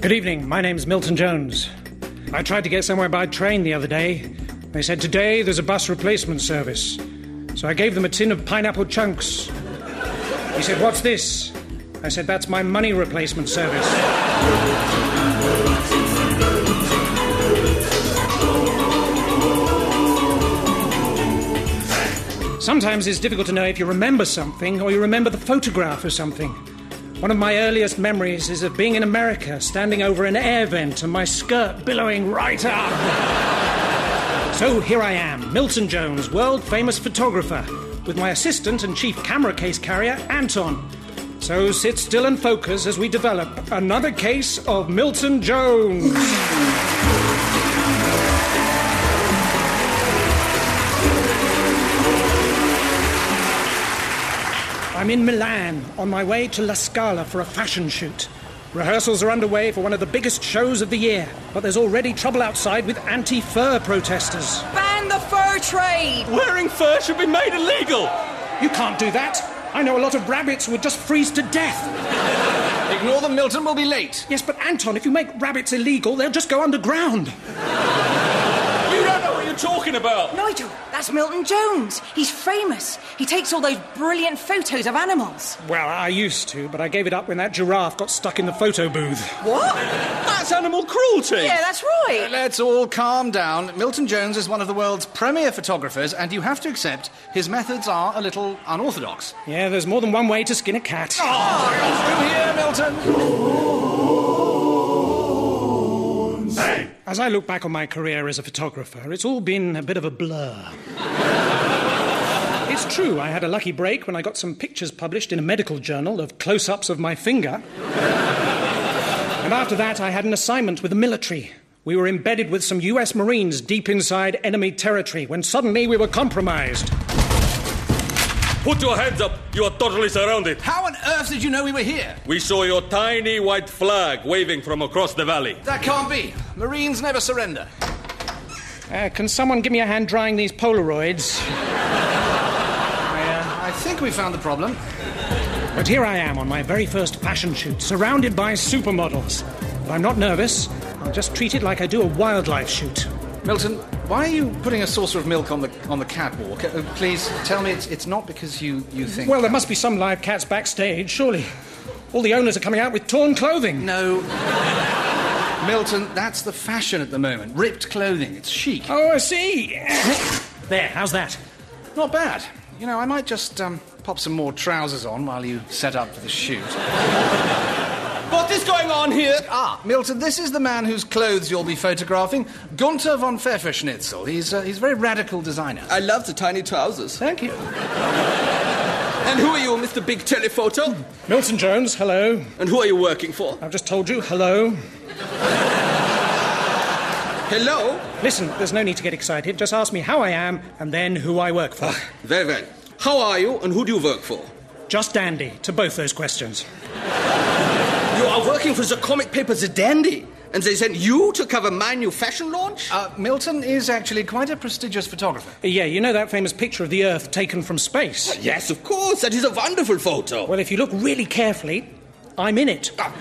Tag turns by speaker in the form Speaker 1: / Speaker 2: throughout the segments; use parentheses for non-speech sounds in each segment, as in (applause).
Speaker 1: Good evening. My name's Milton Jones. I tried to get somewhere by train the other day. They said today there's a bus replacement service. So I gave them a tin of pineapple chunks. He said, What's this? I said, That's my money replacement service. Sometimes it's difficult to know if you remember something or you remember the photograph or something. One of my earliest memories is of being in America, standing over an air vent and my skirt billowing right up. (laughs) so here I am, Milton Jones, world famous photographer, with my assistant and chief camera case carrier, Anton. So sit still and focus as we develop another case of Milton Jones. I'm in Milan on my way to La Scala for a fashion shoot. Rehearsals are underway for one of the biggest shows of the year, but there's already trouble outside with anti fur protesters.
Speaker 2: Ban the fur trade!
Speaker 3: Wearing fur should be made illegal!
Speaker 1: You can't do that. I know a lot of rabbits would just freeze to death.
Speaker 3: Ignore them, Milton, we'll be late.
Speaker 1: Yes, but Anton, if you make rabbits illegal, they'll just go underground.
Speaker 3: You don't know what you're talking about.
Speaker 2: Nigel, that's Milton Jones. He's famous. He takes all those brilliant photos of animals.
Speaker 1: Well, I used to, but I gave it up when that giraffe got stuck in the photo booth.
Speaker 2: What?
Speaker 3: That's animal cruelty.
Speaker 2: Yeah, that's right.
Speaker 4: Uh, let's all calm down. Milton Jones is one of the world's premier photographers, and you have to accept his methods are a little unorthodox.
Speaker 1: Yeah, there's more than one way to skin a cat.
Speaker 4: Oh, through here, Milton.
Speaker 1: Hey. As I look back on my career as a photographer, it's all been a bit of a blur. it's true, I had a lucky break when I got some pictures published in a medical journal of close ups of my finger. and after that, I had an assignment with the military. We were embedded with some US Marines deep inside enemy territory when suddenly we were compromised.
Speaker 3: Put your hands up. You are totally surrounded.
Speaker 4: How on earth did you know we were here?
Speaker 3: We saw your tiny white flag waving from across the valley.
Speaker 4: That can't be. Marines never surrender.
Speaker 1: Uh, can someone give me a hand drying these Polaroids?
Speaker 4: I, uh, I think we found the problem.
Speaker 1: But here I am on my very first fashion shoot, surrounded by supermodels. But I'm not nervous. I'll just treat it like I do a wildlife shoot.
Speaker 4: Milton, why are you putting a saucer of milk on the on the catwalk? Uh, please tell me it's, it's not because you, you think.
Speaker 1: Well, there must be some live cats backstage, surely. All the owners are coming out with torn clothing.
Speaker 4: No. (laughs) Milton, that's the fashion at the moment. Ripped clothing. It's chic.
Speaker 1: Oh, I see. there, how's that?
Speaker 4: Not bad. You know, I might just um, pop some more trousers on while you set up for the shoot.
Speaker 3: What is going on here?
Speaker 4: Ah, Milton, this is the man whose clothes you'll be photographing, Gunther von Pfefferschnitzel. He's, uh, he's a very radical designer.
Speaker 5: I love the tiny trousers.
Speaker 4: Thank you.
Speaker 5: and who are you, Mr. Big Telephoto?
Speaker 1: Milton Jones, hello.
Speaker 5: And who are you working for?
Speaker 1: I've just told you, hello.
Speaker 5: hello?
Speaker 1: Listen, there's no need to get excited. Just ask me how I am and then who I work for.
Speaker 5: Very well. How are you and who do you work for?
Speaker 1: Just dandy to both those questions.
Speaker 5: You are working for the comic paper The Dandy, and they sent you to cover my new fashion launch?
Speaker 4: Uh, Milton is actually quite a prestigious photographer.
Speaker 1: Yeah, you know that famous picture of the Earth taken from space?
Speaker 5: Well, yes, of course. That is a wonderful photo.
Speaker 1: Well, if you look really carefully, I'm in it.
Speaker 5: Ah.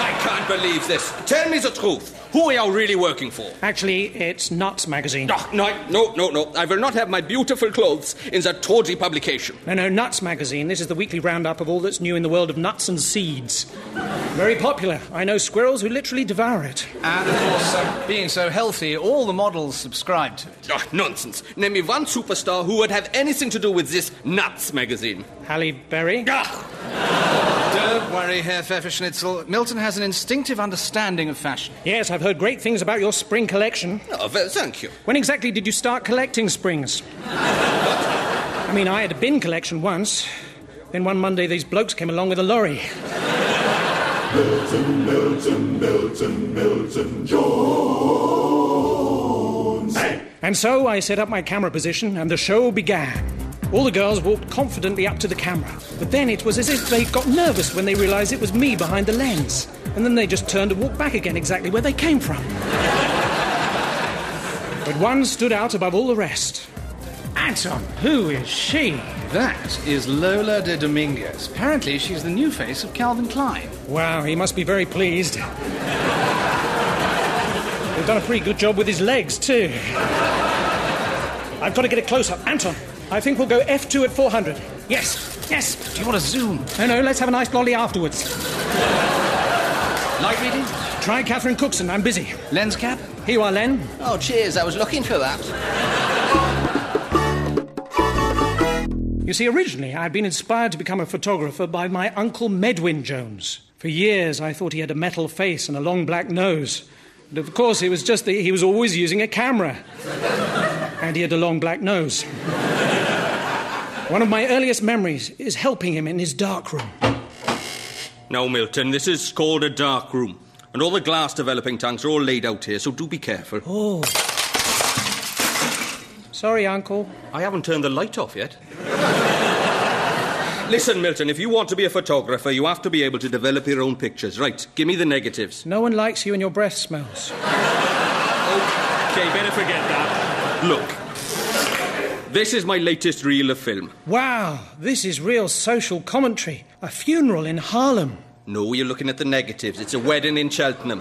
Speaker 5: I can't believe this. Tell me the truth. Who are you really working for?
Speaker 1: Actually, it's Nuts magazine.
Speaker 5: Oh, no, no, no, no. I will not have my beautiful clothes in that tawdry publication.
Speaker 1: No, no, Nuts magazine. This is the weekly roundup of all that's new in the world of nuts and seeds. Very popular. I know squirrels who literally devour it.
Speaker 4: And of course, uh, being so healthy, all the models subscribe to it.
Speaker 5: Oh, nonsense. Name me one superstar who would have anything to do with this Nuts magazine.
Speaker 1: Halle Berry.
Speaker 4: Ah! Don't worry, Herr Pfefferschnitzel. Milton has an instinctive understanding of fashion.
Speaker 1: Yes, I've heard great things about your spring collection.
Speaker 5: Oh, well, thank you.
Speaker 1: When exactly did you start collecting springs? I mean, I had a bin collection once. Then one Monday, these blokes came along with a lorry.
Speaker 6: Milton, Milton, Milton, Milton Jones. Hey.
Speaker 1: And so I set up my camera position, and the show began. All the girls walked confidently up to the camera, but then it was as if they got nervous when they realised it was me behind the lens, and then they just turned and walked back again exactly where they came from. but one stood out above all the rest hat on? Who is she?
Speaker 4: That is Lola de Dominguez. Apparently, she's the new face of Calvin Klein.
Speaker 1: Wow, he must be very pleased. They've done a pretty good job with his legs, too. I've got to get a close up. Anton, I think we'll go F2 at 400. Yes, yes.
Speaker 4: Do you want to zoom?
Speaker 1: No, no, let's have a nice lolly afterwards.
Speaker 4: Light reading?
Speaker 1: Try Catherine Cookson, I'm busy.
Speaker 4: Lens cap?
Speaker 1: Here you are, Len.
Speaker 5: Oh, cheers. I was looking for that.
Speaker 1: You see, originally I'd been inspired to become a photographer by my uncle Medwin Jones. For years I thought he had a metal face and a long black nose. And of course, it was just that he was always using a camera. and he had a long black nose. One of my earliest memories is helping him in his dark room.
Speaker 3: Now, Milton, this is called a dark room. And all the glass developing tanks are all laid out here, so do be careful.
Speaker 1: Sorry, Uncle.
Speaker 3: I haven't turned the light off yet. (laughs) Listen, Milton, if you want to be a photographer, you have to be able to develop your own pictures. Right, give me the negatives.
Speaker 1: No one likes you and your breath smells.
Speaker 3: Okay, better forget that. Look, this is my latest reel of film.
Speaker 1: Wow, this is real social commentary. A funeral in Harlem.
Speaker 3: No, you're looking at the negatives. It's a wedding in Cheltenham.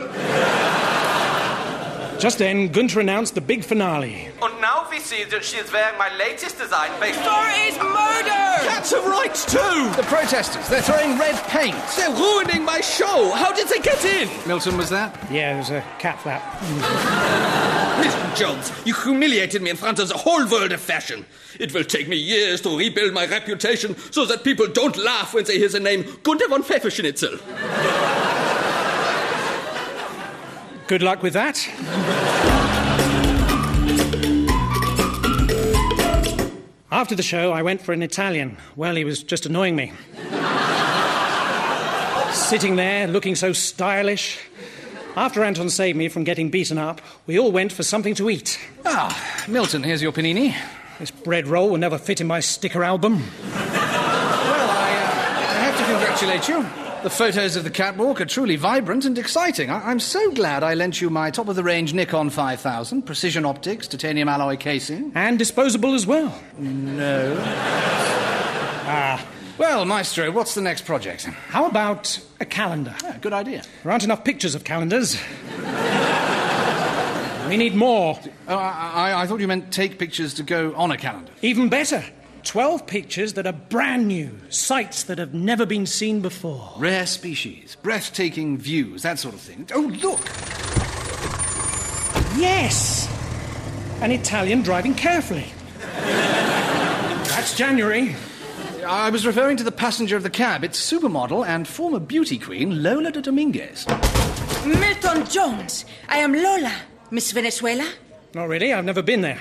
Speaker 1: Just then, Gunter announced the big finale.
Speaker 5: And now we see that she is wearing my latest design based
Speaker 2: is murder!
Speaker 5: That's a right, too!
Speaker 4: The protesters, they're throwing red paint.
Speaker 5: They're ruining my show! How did they get in?
Speaker 4: Milton was that?
Speaker 1: Yeah, it was a cat flap.
Speaker 5: Mr. Jones, you humiliated me in front of the whole world of fashion. It will take me years to rebuild my reputation so that people don't laugh when they hear the name Gunther von Pfefferschnitzel.
Speaker 1: Good luck with that. After the show, I went for an Italian. Well, he was just annoying me. Sitting there, looking so stylish. After Anton saved me from getting beaten up, we all went for something to eat.
Speaker 4: Ah, Milton, here's your panini.
Speaker 1: This bread roll will never fit in my sticker album.
Speaker 4: Well, I, uh, I have to congratulate you. The photos of the catwalk are truly vibrant and exciting. I- I'm so glad I lent you my top of the range Nikon 5000, precision optics, titanium alloy casing.
Speaker 1: And disposable as well.
Speaker 4: Well, Maestro, what's the next project?
Speaker 1: How about a calendar?
Speaker 4: Yeah, good idea.
Speaker 1: There aren't enough pictures of calendars. we need more.
Speaker 4: Oh, I-, I-, I thought you meant take pictures to go on a calendar.
Speaker 1: Even better, 12 pictures that are brand new, sights that have never been seen before.
Speaker 4: Rare species, breathtaking views, that sort of thing. Oh, look!
Speaker 1: Yes! An Italian driving carefully. That's January.
Speaker 4: I was referring to the passenger of the cab. It's supermodel and former beauty queen Lola de Dominguez.
Speaker 2: Milton Jones, I am Lola, Miss Venezuela.
Speaker 1: Not really, I've never been there.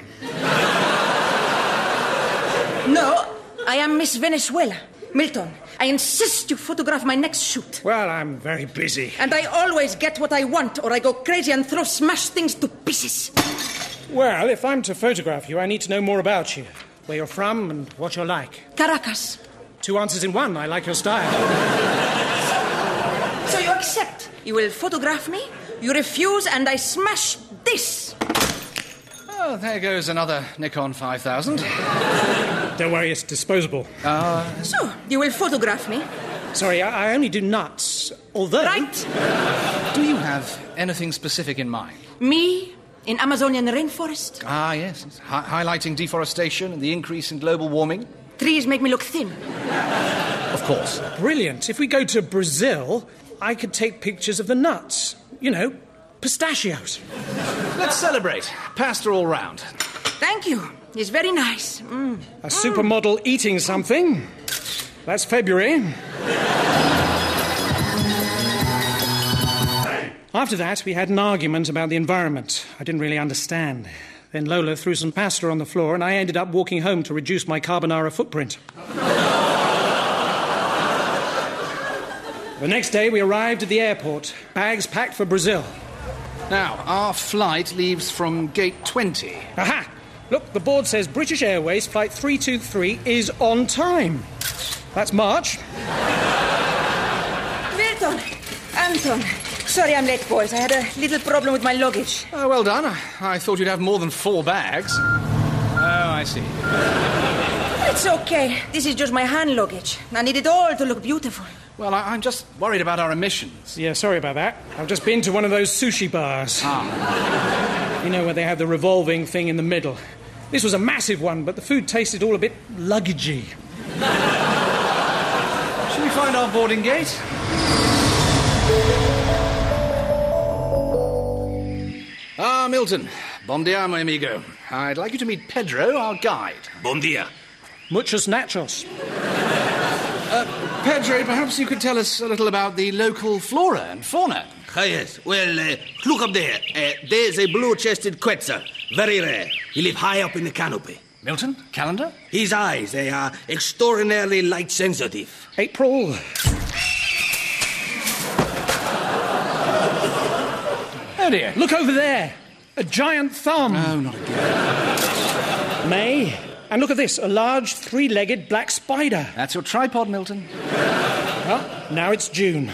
Speaker 2: No, I am Miss Venezuela. Milton, I insist you photograph my next shoot.
Speaker 1: Well, I'm very busy.
Speaker 2: And I always get what I want, or I go crazy and throw smashed things to pieces.
Speaker 1: Well, if I'm to photograph you, I need to know more about you, where you're from, and what you're like.
Speaker 2: Caracas.
Speaker 1: Two answers in one, I like your style.
Speaker 2: So you accept? You will photograph me? You refuse, and I smash this.
Speaker 4: Oh, there goes another Nikon 5000.
Speaker 1: Don't worry, it's disposable.
Speaker 2: So you will photograph me,
Speaker 1: Sorry, I, I only do nuts. Although.
Speaker 2: right?
Speaker 4: Do you have anything specific in mind?
Speaker 2: Me in Amazonian rainforest.
Speaker 4: Ah, yes. yes. Hi- highlighting deforestation and the increase in global warming?
Speaker 2: Trees make me look thin.
Speaker 4: Of course.
Speaker 1: Brilliant. If we go to Brazil, I could take pictures of the nuts. You know, pistachios.
Speaker 4: Let's celebrate. Pasta all round.
Speaker 2: Thank you. It's very nice. Mm.
Speaker 1: A supermodel eating something. That's February. After that, we had an argument about the environment. I didn't really understand. Then Lola threw some pasta on the floor, and I ended up walking home to reduce my carbonara footprint. the next day, we arrived at the airport, bags packed for Brazil.
Speaker 4: Now, our flight leaves from gate 20.
Speaker 1: Aha! Look, the board says British Airways Flight 323 is on time. That's March.
Speaker 2: Milton, Anton. Sorry I'm late, boys. I had a little problem with my luggage.
Speaker 4: Oh, well done. I thought you'd have more than four bags. Oh, I I see.
Speaker 2: It's okay. This is just my hand luggage. I need it all to look beautiful.
Speaker 4: Well, I- I'm just worried about our emissions.
Speaker 1: Yeah, sorry about that. I've just been to one of those sushi bars.
Speaker 4: Ah.
Speaker 1: You know, where they have the revolving thing in the middle. This was a massive one, but the food tasted all a bit luggagey.
Speaker 4: Should we find our boarding gate? Ah, Milton. Bon dia, my amigo. I'd like you to meet Pedro, our guide.
Speaker 7: Bon dia.
Speaker 1: Muchos nachos.
Speaker 4: Pedro, perhaps you could tell us a little about the local flora and fauna.
Speaker 7: Ah, yes. Well, uh, look up there. Uh, there's a blue-chested quetzal. Very rare. He lives high up in the canopy.
Speaker 4: Milton, calendar?
Speaker 7: His eyes, they are extraordinarily light-sensitive.
Speaker 1: April.
Speaker 4: Oh dear.
Speaker 1: Look over there. A giant thumb.
Speaker 4: Oh, not again.
Speaker 1: May. And look at this a large three legged black spider.
Speaker 4: That's your tripod, Milton.
Speaker 1: Well, now it's June.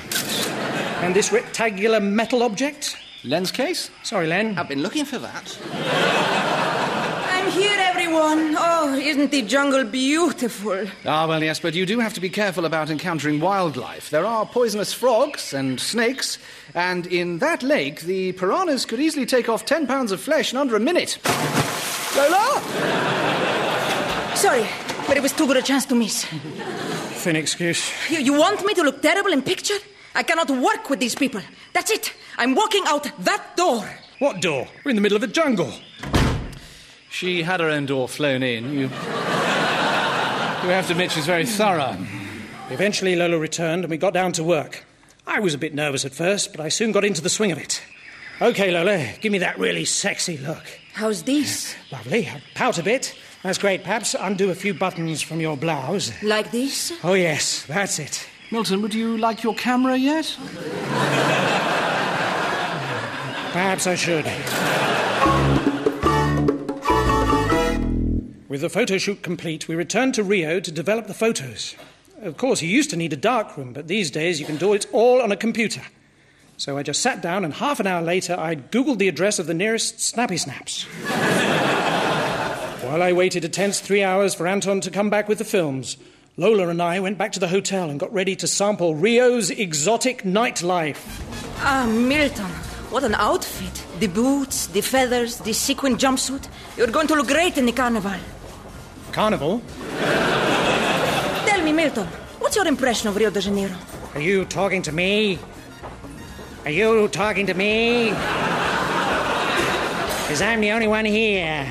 Speaker 1: And this rectangular metal object?
Speaker 4: Lens case?
Speaker 1: Sorry, Len.
Speaker 4: I've been looking for that.
Speaker 2: I'm here, everyone. Oh, isn't the jungle beautiful?
Speaker 4: Ah, well, yes, but you do have to be careful about encountering wildlife. There are poisonous frogs and snakes, and in that lake, the piranhas could easily take off 10 pounds of flesh in under a minute. Lola?
Speaker 2: Sorry, but it was too good a chance to miss.
Speaker 1: Thin excuse.
Speaker 2: You, you want me to look terrible in picture? I cannot work with these people. That's it. I'm walking out that door.
Speaker 1: What door? We're in the middle of a jungle.
Speaker 4: She had her own door flown in. You. you have to admit she's very thorough.
Speaker 1: Eventually, Lola returned and we got down to work. I was a bit nervous at first, but I soon got into the swing of it. Okay, Lola, give me that really sexy look.
Speaker 2: How's this?
Speaker 1: Lovely. Pout a bit. That's great. Perhaps undo a few buttons from your blouse.
Speaker 2: Like this?
Speaker 1: Oh, yes, that's it.
Speaker 4: Milton, would you like your camera yet?
Speaker 1: Perhaps I should. With the photo shoot complete, we returned to Rio to develop the photos. Of course, you used to need a darkroom, but these days you can do it all on a computer. So I just sat down, and half an hour later, I'd Googled the address of the nearest Snappy Snaps. While I waited a tense three hours for Anton to come back with the films, Lola and I went back to the hotel and got ready to sample Rio's exotic nightlife.
Speaker 2: Ah, Milton. What an outfit. The boots, the feathers, the sequin jumpsuit. You're going to look great in the carnival.
Speaker 1: Carnival?
Speaker 2: Tell me, Milton, what's your impression of Rio de Janeiro?
Speaker 1: Are you talking to me? Are you talking to me? Because I'm the only one here.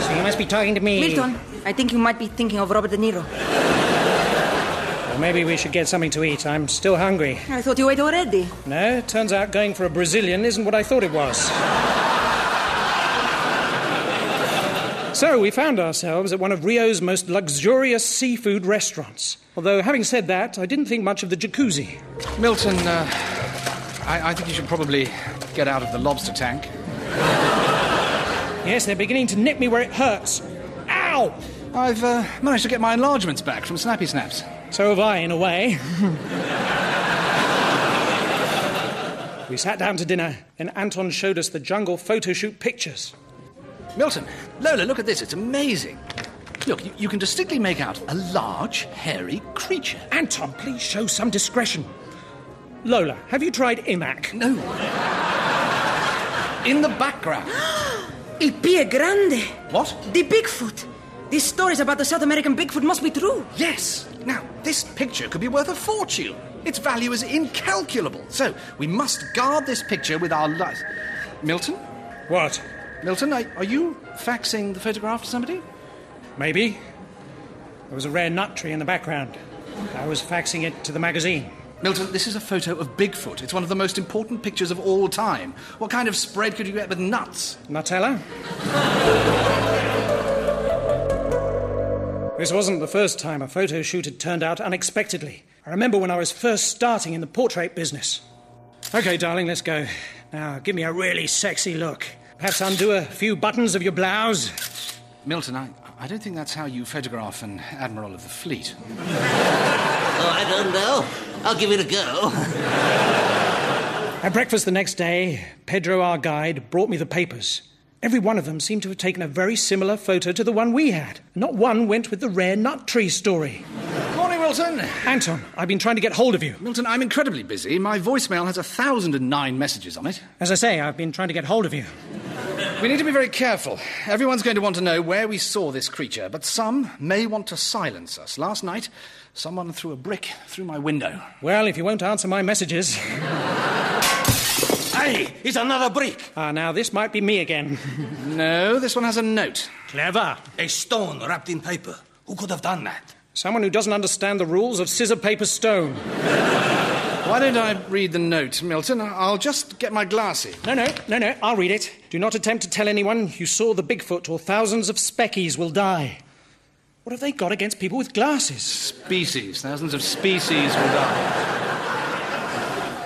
Speaker 1: So you must be talking to me.
Speaker 2: Milton, I think you might be thinking of Robert De Niro.
Speaker 1: Well, maybe we should get something to eat. I'm still hungry.
Speaker 2: I thought you ate already.
Speaker 1: No, turns out going for a Brazilian isn't what I thought it was. so we found ourselves at one of Rio's most luxurious seafood restaurants. Although, having said that, I didn't think much of the jacuzzi.
Speaker 4: Milton, uh, I, I think you should probably get out of the lobster tank.
Speaker 1: Yes, they're beginning to nip me where it hurts. Ow!
Speaker 4: I've uh, managed to get my enlargements back from Snappy Snaps.
Speaker 1: So have I, in a way. we sat down to dinner, and Anton showed us the jungle photo shoot pictures.
Speaker 4: Milton, Lola, look at this. It's amazing. Look, you, you can distinctly make out a large, hairy creature.
Speaker 1: Anton, please show some discretion. Lola, have you tried IMAC?
Speaker 4: No. In the background.
Speaker 2: Il Pie Grande.
Speaker 4: What?
Speaker 2: The Bigfoot. These stories about the South American Bigfoot must be true.
Speaker 4: Yes. Now, this picture could be worth a fortune. Its value is incalculable. So, we must guard this picture with our lives. Milton?
Speaker 1: What?
Speaker 4: Milton, are, are you faxing the photograph to somebody?
Speaker 1: Maybe. There was a rare nut tree in the background. I was faxing it to the magazine.
Speaker 4: Milton, this is a photo of Bigfoot. It's one of the most important pictures of all time. What kind of spread could you get with nuts?
Speaker 1: Nutella? this wasn't the first time a photo shoot had turned out unexpectedly. I remember when I was first starting in the portrait business. Okay, darling, let's go. Now, give me a really sexy look. Perhaps undo a few buttons of your blouse.
Speaker 4: Milton, I, I don't think that's how you photograph an admiral of the fleet.
Speaker 7: Oh, I don't know. I'll give it a go.
Speaker 1: At breakfast the next day, Pedro, our guide, brought me the papers. Every one of them seemed to have taken a very similar photo to the one we had. Not one went with the rare nut tree story.
Speaker 4: Morning, Wilson.
Speaker 1: Anton, I've been trying to get hold of you.
Speaker 4: Milton, I'm incredibly busy. My voicemail has 1,009 messages on it.
Speaker 1: As I say, I've been trying to get hold of you.
Speaker 4: We need to be very careful. Everyone's going to want to know where we saw this creature, but some may want to silence us. Last night, someone threw a brick through my window.
Speaker 1: Well, if you won't answer my messages. (laughs)
Speaker 7: Hey, it's another brick.
Speaker 1: Ah, now this might be me again.
Speaker 4: No, this one has a note.
Speaker 1: Clever.
Speaker 7: A stone wrapped in paper. Who could have done that?
Speaker 1: Someone who doesn't understand the rules of scissor, paper, stone.
Speaker 4: Why don't I read the note, Milton? I'll just get my glasses.
Speaker 1: No, no, no, no, I'll read it. Do not attempt to tell anyone you saw the Bigfoot, or thousands of speckies will die. What have they got against people with glasses?
Speaker 4: Species. Thousands of species will die.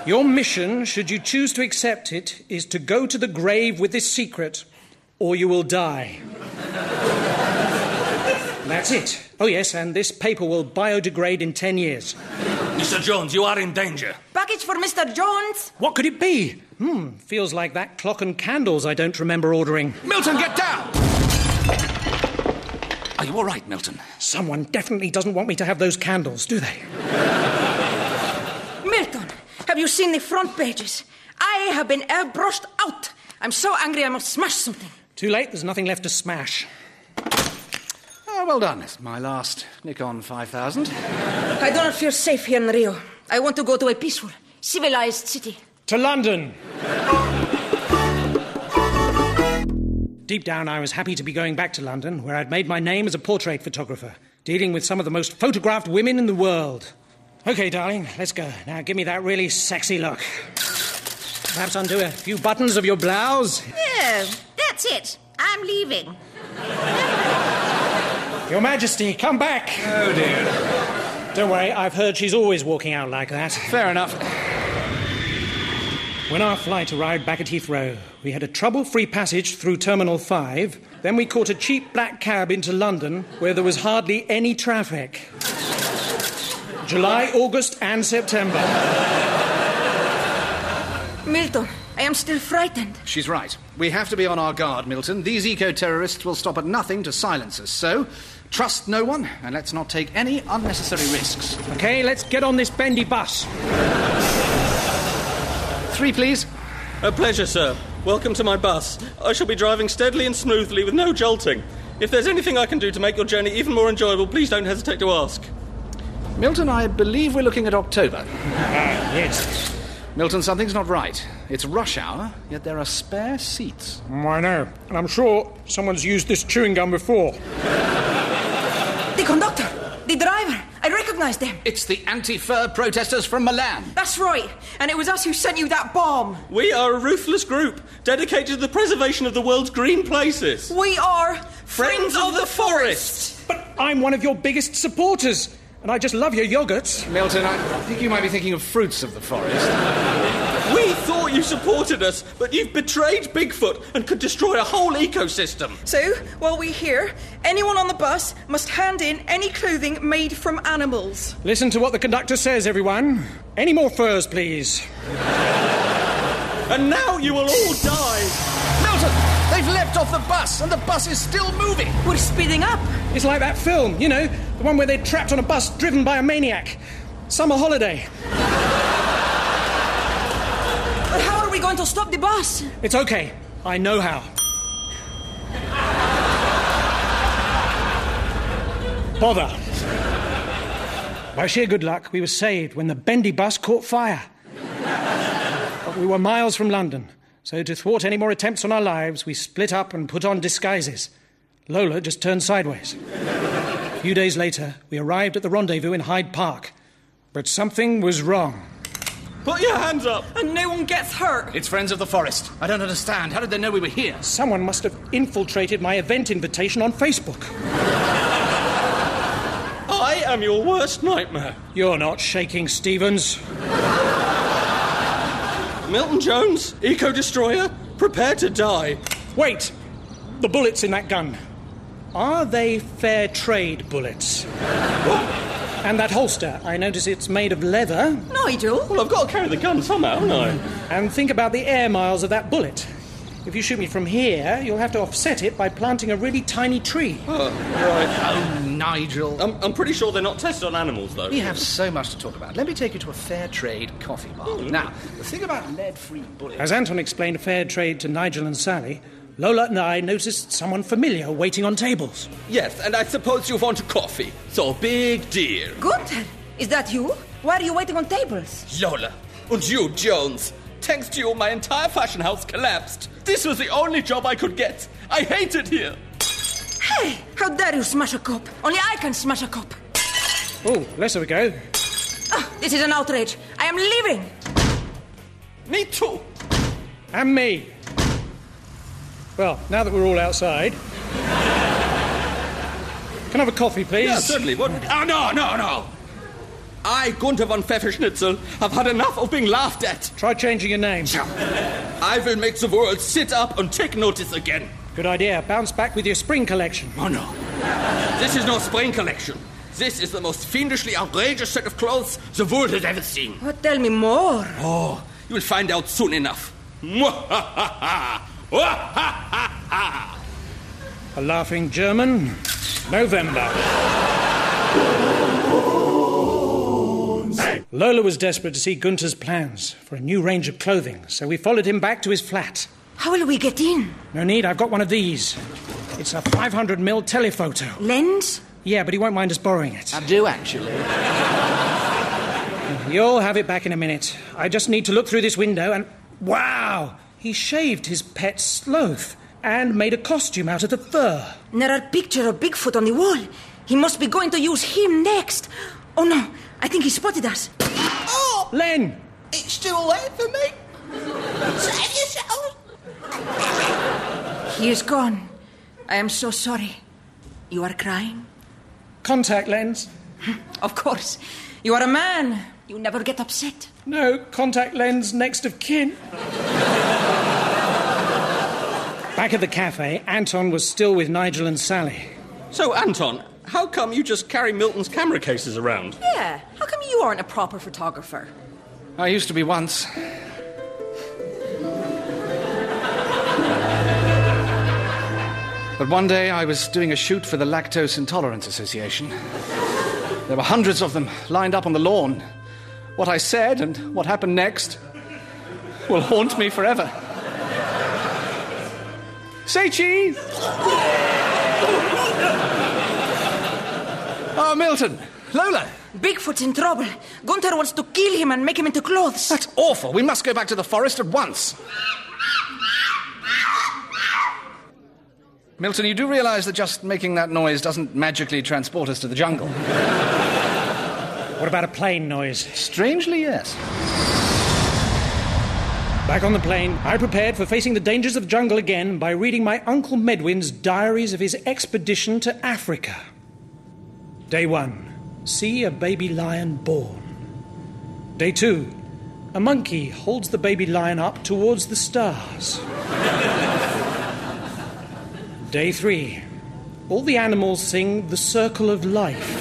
Speaker 1: Your mission, should you choose to accept it, is to go to the grave with this secret, or you will die. (laughs) That's it. Oh, yes, and this paper will biodegrade in ten years.
Speaker 7: Mr. Jones, you are in danger.
Speaker 2: Package for Mr. Jones.
Speaker 1: What could it be? Hmm, feels like that clock and candles I don't remember ordering.
Speaker 4: Milton, get down! Are you all right, Milton?
Speaker 1: Someone definitely doesn't want me to have those candles, do they?
Speaker 2: Milton, have you seen the front pages? I have been airbrushed out. I'm so angry I must smash something.
Speaker 1: Too late, there's nothing left to smash.
Speaker 4: Oh, well done. It's my last Nikon 5000.
Speaker 2: I do not feel safe here in Rio. I want to go to a peaceful, civilized city.
Speaker 1: To London! Deep down, I was happy to be going back to London, where I'd made my name as a portrait photographer, dealing with some of the most photographed women in the world. Okay, darling, let's go. Now give me that really sexy look. Perhaps undo a few buttons of your blouse.
Speaker 2: Um,
Speaker 8: No, that's it. I'm leaving.
Speaker 1: Your Majesty, come back! Oh, dear. Don't worry, I've heard she's always walking out like that.
Speaker 4: Fair enough.
Speaker 1: When our flight arrived back at Heathrow, we had a trouble free passage through Terminal 5. Then we caught a cheap black cab into London where there was hardly any traffic. July, August, and September.
Speaker 2: Milton, I am still frightened.
Speaker 4: She's right. We have to be on our guard, Milton. These eco terrorists will stop at nothing to silence us. So, trust no one, and let's not take any unnecessary risks.
Speaker 1: Okay, let's get on this bendy bus.
Speaker 4: Three, please.
Speaker 3: A pleasure, sir. Welcome to my bus. I shall be driving steadily and smoothly with no jolting. If there's anything I can do to make your journey even more enjoyable, please don't hesitate to ask.
Speaker 4: Milton, I believe we're looking at October.
Speaker 1: Ah, Yes.
Speaker 4: Milton, something's not right. It's rush hour, yet there are spare seats.
Speaker 1: I know. And I'm sure someone's used this chewing gum before.
Speaker 2: The conductor, the driver, I recognize them.
Speaker 4: It's the anti fur protesters from Milan.
Speaker 2: That's right. And it was us who sent you that bomb.
Speaker 3: We are a ruthless group dedicated to the preservation of the world's green places.
Speaker 2: We are
Speaker 3: Friends of the forest!
Speaker 1: But I'm one of your biggest supporters, and I just love your yogurts.
Speaker 4: Milton, I think you might be thinking of fruits of the forest.
Speaker 3: We thought you supported us, but you've betrayed Bigfoot and could destroy a whole ecosystem.
Speaker 2: So, while we're here, anyone on the bus must hand in any clothing made from animals.
Speaker 1: Listen to what the conductor says, everyone. Any more furs, please?
Speaker 3: And now you will all die.
Speaker 4: Milton, they've left off the bus, and the bus is still moving.
Speaker 2: We're speeding up.
Speaker 1: It's like that film, you know, the one where they're trapped on a bus driven by a maniac. Summer holiday.
Speaker 2: But how are we going to stop the bus?
Speaker 1: It's okay. I know how. Bother. By sheer good luck, we were saved when the bendy bus caught fire. But we were miles from London, so to thwart any more attempts on our lives, we split up and put on disguises. Lola just turned sideways. A few days later, we arrived at the rendezvous in Hyde Park, but something was wrong.
Speaker 3: Put your hands up.
Speaker 2: And no one gets hurt.
Speaker 4: It's Friends of the Forest. I don't understand. How did they know we were here?
Speaker 1: Someone must have infiltrated my event invitation on Facebook.
Speaker 3: I am your worst nightmare.
Speaker 1: You're not shaking, Stevens.
Speaker 3: Milton Jones, Eco Destroyer, prepare to die.
Speaker 1: Wait! The bullets in that gun. Are they fair trade bullets? and that holster, I notice it's made of leather.
Speaker 2: Nigel?
Speaker 3: Well, I've got to carry the gun somehow, haven't I?
Speaker 1: And think about the air miles of that bullet. If you shoot me from here, you'll have to offset it by planting a really tiny tree.
Speaker 4: Oh, Nigel.
Speaker 3: I'm, I'm pretty sure they're not tested on animals, though.
Speaker 4: We have so much to talk about. Let me take you to a fair trade coffee bar. Now, the thing about lead free bullets.
Speaker 1: As Anton explained fair trade to Nigel and Sally, Lola and I noticed someone familiar waiting on tables.
Speaker 5: Yes, and I suppose you want coffee. So big deal.
Speaker 2: Gunther, is that you? Why are you waiting on tables?
Speaker 5: Lola, and you, Jones. Thanks to you, my entire fashion house collapsed. This was the only job I could get. I hate it here.
Speaker 2: Hey, how dare you smash a cop? Only I can smash a cop.
Speaker 1: Oh, less of a go.
Speaker 2: Ah, this is an outrage. I am leaving.
Speaker 5: Me too.
Speaker 1: And me. Well, now that we're all outside. Can I have a coffee, please?
Speaker 5: Yeah, certainly. What? Oh, no, no, no. I, Gunther von Pfefferschnitzel, have had enough of being laughed at.
Speaker 1: Try changing your name.
Speaker 5: I will make the world sit up and take notice again.
Speaker 1: Good idea. Bounce back with your spring collection.
Speaker 5: Oh no. This is no spring collection. This is the most fiendishly outrageous set of clothes the world has ever seen.
Speaker 2: But tell me more.
Speaker 5: Oh, you'll find out soon enough. (laughs)
Speaker 1: A laughing German. November. Lola was desperate to see Gunther's plans for a new range of clothing, so we followed him back to his flat.
Speaker 2: How will we get in?
Speaker 1: No need, I've got one of these. It's a 500mm telephoto.
Speaker 2: Lens?
Speaker 1: Yeah, but he won't mind us borrowing it.
Speaker 4: I do, actually.
Speaker 1: (laughs) You'll have it back in a minute. I just need to look through this window and. Wow! He shaved his pet sloth and made a costume out of the fur.
Speaker 2: There are picture of Bigfoot on the wall. He must be going to use him next. Oh no, I think he spotted us.
Speaker 9: Oh,
Speaker 1: Len!
Speaker 9: it's still late for me. Save yourself.
Speaker 2: He is gone. I am so sorry. You are crying?
Speaker 1: Contact lens?
Speaker 2: Of course. You are a man. You never get upset.
Speaker 1: No, contact lens next of kin. Back at the cafe, Anton was still with Nigel and Sally.
Speaker 3: So, Anton, how come you just carry Milton's camera cases around?
Speaker 2: Yeah. How come you aren't a proper photographer?
Speaker 4: I used to be once. But one day I was doing a shoot for the Lactose Intolerance Association. There were hundreds of them lined up on the lawn. What I said and what happened next will haunt me forever. Say cheese! oh, Milton! Lola!
Speaker 2: Bigfoot's in trouble. Gunther wants to kill him and make him into clothes.
Speaker 4: That's awful. We must go back to the forest at once. Milton, you do realize that just making that noise doesn't magically transport us to the jungle.
Speaker 1: What about a plane noise?
Speaker 4: Strangely, yes.
Speaker 1: Back on the plane, I prepared for facing the dangers of jungle again by reading my Uncle Medwin's diaries of his expedition to Africa. Day 1 See a baby lion born. Day 2 A monkey holds the baby lion up towards the stars. Day 3 All the animals sing The Circle of Life.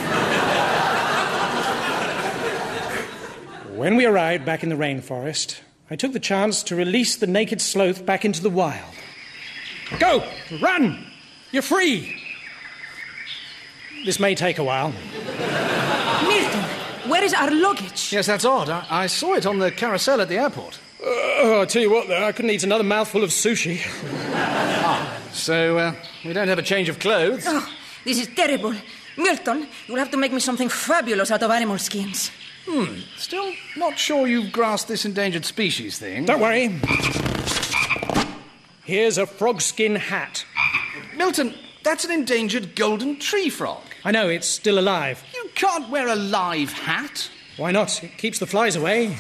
Speaker 1: When we arrived back in the rainforest, I took the chance to release the naked sloth back into the wild. Go! Run! You're free! This may take a while.
Speaker 2: Milton, where is our luggage?
Speaker 4: Yes, that's odd. I, I saw it on the carousel at the airport.
Speaker 1: Oh, I tell you what, though, I couldn't eat another mouthful of sushi.
Speaker 4: So, uh, we don't have a change of clothes.
Speaker 2: Oh, this is terrible. Milton, you'll have to make me something fabulous out of animal skins.
Speaker 4: Still not sure you've grasped this endangered species thing.
Speaker 1: Don't worry. Here's a frog skin hat.
Speaker 4: Milton, that's an endangered golden tree frog.
Speaker 1: I know, it's still alive.
Speaker 4: You can't wear a live hat.
Speaker 1: Why not? It keeps the flies away.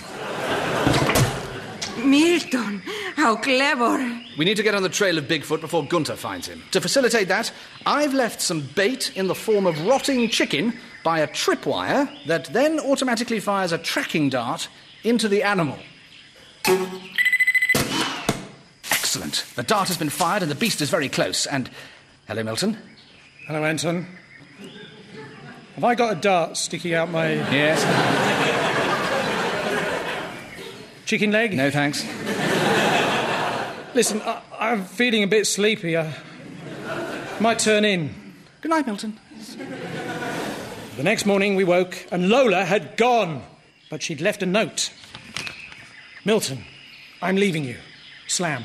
Speaker 2: Milton, how clever.
Speaker 4: We need to get on the trail of Bigfoot before Gunter finds him. To facilitate that, I've left some bait in the form of rotting chicken by a tripwire that then automatically fires a tracking dart into the animal. Excellent. The dart has been fired and the beast is very close. And. Hello, Milton.
Speaker 1: Hello, Anton. Have I got a dart sticking out my
Speaker 4: Yes.
Speaker 1: chicken leg?
Speaker 4: No thanks.
Speaker 1: Listen, I, I'm feeling a bit sleepy. I might turn in.
Speaker 4: Good night, Milton.
Speaker 1: The next morning we woke and Lola had gone, but she'd left a note. Milton, I'm leaving you. Slam.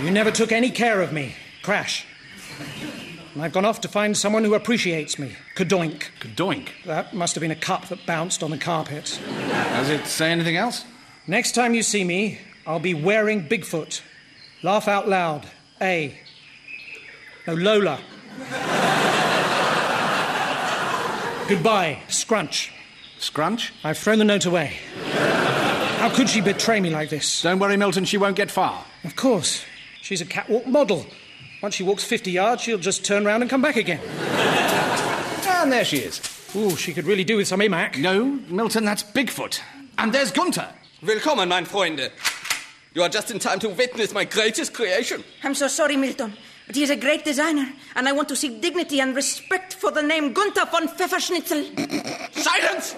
Speaker 1: you never took any care of me. Crash. And I've gone off to find someone who appreciates me. Kadoink.
Speaker 4: Doink.
Speaker 1: That must have been a cup that bounced on the carpet.
Speaker 4: Does it say anything else?
Speaker 1: Next time you see me, I'll be wearing Bigfoot. Laugh out loud. A. No, Lola. Goodbye, Scrunch.
Speaker 4: Scrunch?
Speaker 1: I've thrown the note away. How could she betray me like this?
Speaker 4: Don't worry, Milton, she won't get far.
Speaker 1: Of course. She's a catwalk model. Once she walks 50 yards, she'll just turn round and come back again.
Speaker 4: And there she is.
Speaker 1: Ooh, she could really do with some imac.
Speaker 4: No, Milton, that's Bigfoot. And there's Gunther.
Speaker 5: Willkommen, mein Freunde. You are just in time to witness my greatest creation.
Speaker 2: I'm so sorry, Milton, but he is a great designer, and I want to see dignity and respect for the name Gunther von Pfefferschnitzel.
Speaker 5: Silence!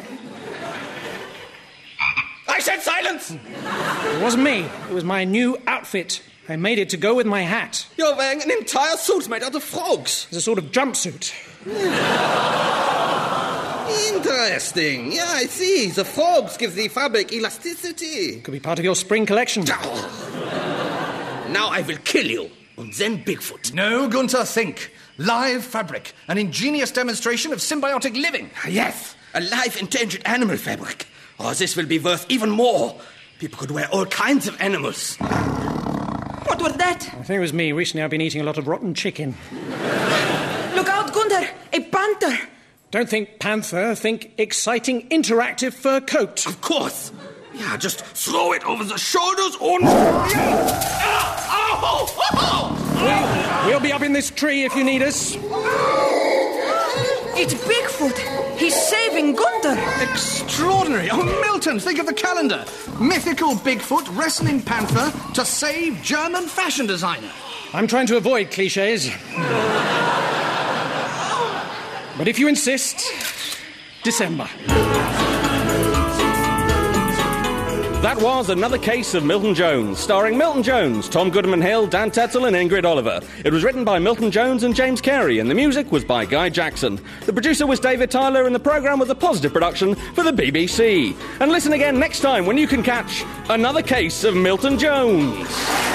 Speaker 5: I said silence!
Speaker 1: It wasn't me. It was my new outfit. I made it to go with my hat.
Speaker 5: You're wearing an entire suit made out of frogs.
Speaker 1: It's a sort of jumpsuit.
Speaker 5: Interesting. Yeah, I see. The frogs give the fabric elasticity.
Speaker 1: Could be part of your spring collection.
Speaker 5: Now I will kill you, and then Bigfoot.
Speaker 4: No, Gunther, think. Live fabric, an ingenious demonstration of symbiotic living.
Speaker 5: Yes, a live endangered animal fabric. Or Oh, this will be worth even more. People could wear all kinds of animals.
Speaker 2: What was
Speaker 1: I
Speaker 2: that?
Speaker 1: think it was me. Recently, I've been eating a lot of rotten chicken.
Speaker 2: Look out, Gunther! A panther!
Speaker 1: Don't think panther, think exciting interactive fur coat.
Speaker 5: Of course. Yeah, just throw it over the shoulders (laughs) on. Ow! Ow!
Speaker 1: We'll be up in this tree if you need us.
Speaker 2: It's Bigfoot! He's saving Gunther!
Speaker 4: Extraordinary. Oh, Milton, think of the calendar. Mythical Bigfoot wrestling panther to save German fashion designer.
Speaker 1: I'm trying to avoid cliches. but if you insist, December.
Speaker 3: That was another case of Milton Jones, starring Milton Jones, Tom Goodman Hill, Dan Tetzel, and Ingrid Oliver. It was written by Milton Jones and James Carey, and the music was by Guy Jackson. The producer was David Tyler, and the programme was a positive production for the BBC. And listen again next time when you can catch another case of Milton Jones.